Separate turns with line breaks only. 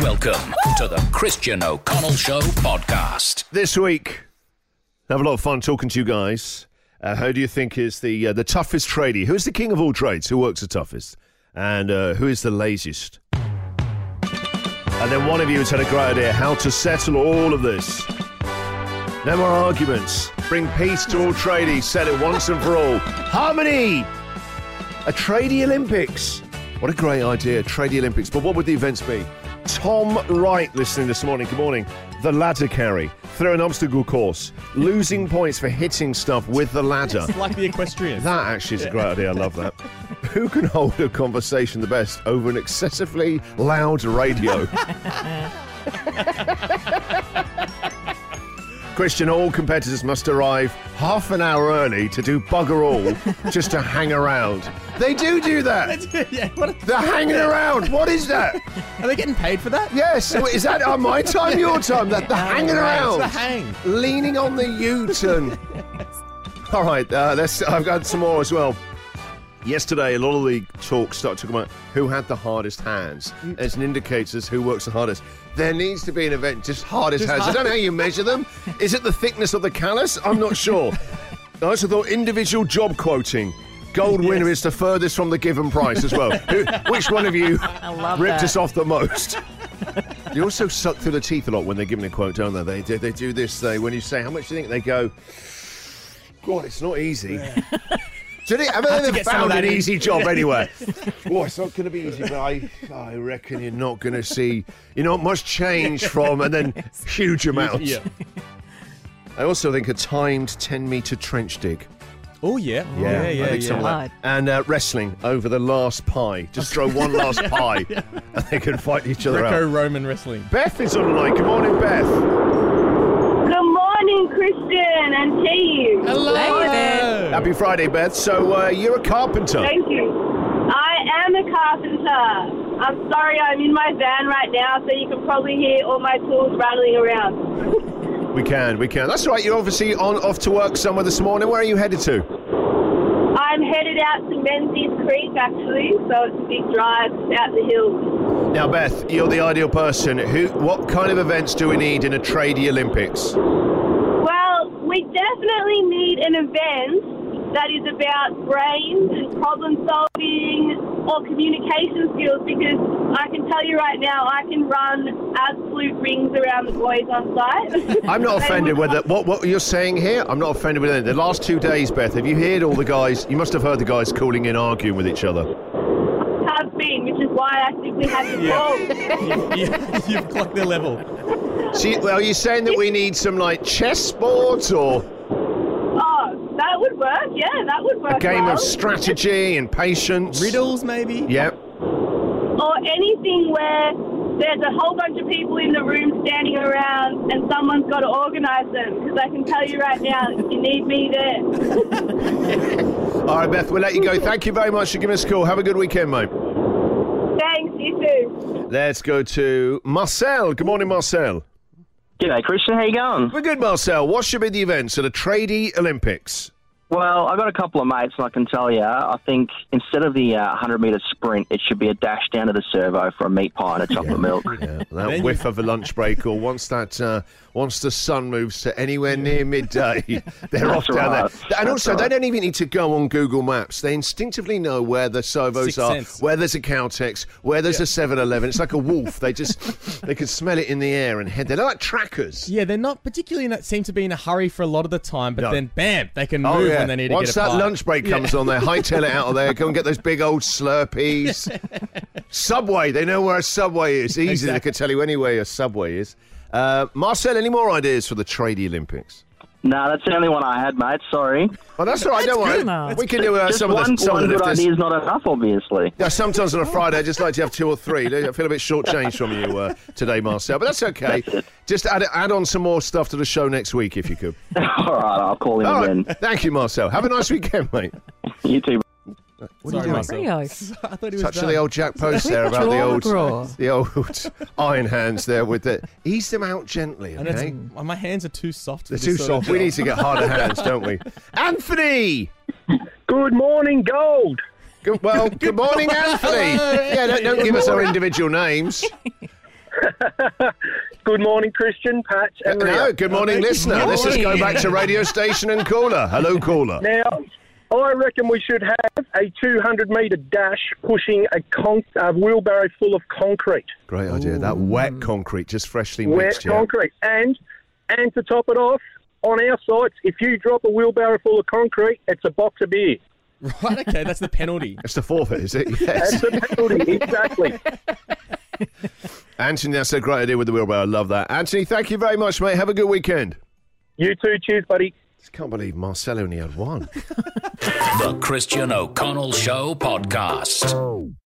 Welcome to the Christian O'Connell Show podcast.
This week, have a lot of fun talking to you guys. Uh, who do you think is the uh, the toughest tradie? Who's the king of all trades? Who works the toughest? And uh, who is the laziest? And then one of you has had a great idea how to settle all of this. No more arguments. Bring peace to all tradies. Set it once and for all. Harmony! A tradie Olympics. What a great idea, tradie Olympics. But what would the events be? Tom Wright listening this morning. Good morning. The ladder carry. Throw an obstacle course. Losing points for hitting stuff with the ladder.
like the equestrian.
That actually is a great idea. I love that. Who can hold a conversation the best over an excessively loud radio? Christian, all competitors must arrive half an hour early to do bugger all just to hang around. They do do that.
yeah, what,
They're hanging around. What is that?
are they getting paid for that?
Yes. Is that on my time, your time? That the hanging
It's
around
the hang.
leaning on the U-turn. All right, uh, let's. I've got some more as well. Yesterday, a lot of the talk started talking about who had the hardest hands as an indicator as who works the hardest. There needs to be an event just hardest hands. I don't know how you measure them. Is it the thickness of the callus? I'm not sure. I also thought individual job quoting. Gold winner is the furthest from the given price as well. Who- Which one of you
love
ripped
that.
us off the most? They also suck through the teeth a lot when they're giving a quote, don't they? They do, they do this. They when you say how much do you think they go. God, it's not easy. Do they, have they ever
get some
found
of
an
that in.
easy job anywhere? oh, it's not going to be easy, but I, I reckon you're not going to see, you know, much change from, and then huge amounts.
Oh, Yeah.
I also think a timed 10 metre trench dig.
Oh yeah.
I
yeah,
think some of that.
Hard.
And uh, wrestling over the last pie. Just throw one last pie, and they can fight each other out.
Greco-Roman wrestling.
Beth is on the line. Good morning, Beth.
Good morning, Christian and team.
Hello.
Happy Friday, Beth. So uh, you're a carpenter.
Thank you. I am a carpenter. I'm sorry, I'm in my van right now, so you can probably hear all my tools rattling around.
We can, we can. That's right. You're obviously on off to work somewhere this morning. Where are you headed to?
I'm headed out to Menzies Creek, actually, so it's a big drive out the hills.
Now, Beth, you're the ideal person. Who? What kind of events do we need in a tradie Olympics?
Well, we definitely need an event that is about brains and problem solving or communication skills because I can tell you right now, I can run absolute rings around the boys on site.
I'm not
They
offended
would
with it. What what you're saying here? I'm not offended with anything. The last two days, Beth, have you heard all the guys? You must have heard the guys calling in, arguing with each other.
have been, which is why I think we have the
Yeah.
call.
yeah, you've clocked the level.
So, you, well, are you saying that we need some like chess boards or
Oh, that would work. Yeah, that would work.
a game
well.
of strategy and patience?
Riddles, maybe.
Yep.
or anything where there's a whole bunch of people in the room standing around and someone's got to organise them. Because I can tell you right now, you need me there.
All right, Beth, we'll let you go. Thank you very much for giving us a call. Have a good weekend, mate.
Thanks, you too.
Let's go to Marcel. Good morning, Marcel.
G'day, Christian. How you going?
We're good, Marcel. What should be the events at the Tradie Olympics?
Well, I've got a couple of mates, and I can tell you, I think instead of the uh, 100 metre sprint, it should be a dash down to the servo for a meat pie and a chocolate milk.
Yeah, that whiff of a lunch break, or once that uh, once the sun moves to anywhere near midday, they're off down there.
right.
And
That's
also, they
right.
don't even need to go on Google Maps. They instinctively know where the servos
Sixth
are,
sense.
where there's a Caltex, where there's a 7-Eleven. It's like a wolf. they just they can smell it in the air and head there. They're like trackers.
Yeah, they're not particularly in a, seem to be in a hurry for a lot of the time, but
No.
then bam, they can move
Oh, yeah.
when they need
Once
to get a
that
pie.
lunch break comes on, they hightail it out of there. Go and get those big old Slurpees. subway, they know where a Subway is. Easy, they
Exactly.
can tell you anywhere a Subway is. Uh, Marcel, any more ideas for the Tradie Olympics?
no, that's the only one I had, mate. Sorry.
Well, that's all right, don't worry.
good. No.
We can do uh,
Just
some
one,
of the, some
one
of the
good
if there's-
idea is not enough, obviously.
Yeah, sometimes on a Friday, I just like to have two or three. I feel a bit shortchanged from you uh, today, Marcel, but that's okay. Just add, add on some more stuff to the show next week if you could.
All right, I'll call in
All
again.
right. Thank you, Marcel. Have a nice weekend, mate.
You too.
What
Sorry,
are you doing?
Marcel.
Rio.
I thought he was
Touch of
done.
the old Jack Post there about the old
Draw.
the old iron hands there with the ease them out gently,
And it's-
okay?
well, my hands are too soft. for
They're
this
too soft.
sort Of
We
job.
need to get harder hands, don't we? Anthony.
Good morning, Gold.
Good, well, good morning, Anthony. Yeah, don't, don't give us our individual names.
Good morning, Christian, Pat, and
No,
Ria.
good morning, listener.
Good
Let's just go
morning.
back to radio station and caller. Hello, caller.
Now, I reckon we should have a 200 metre dash pushing a, con- a wheelbarrow full of concrete,
Great idea. That wet concrete, just freshly
wet
mixed. yeah.
concrete, and and to top it off, on our sites, if you drop a wheelbarrow full of concrete, it's a box of beer.
Right, okay, that's the penalty.
It's the forfeit, is it? Yes.
That's a penalty, exactly.
Anthony, that's a great idea with the wheelbarrow. I love that. Anthony, thank you very much, mate. Have a good weekend.
You too, cheers, buddy.
Just can't believe Marcelo only had one.
The Christian O'Connell Show Podcast.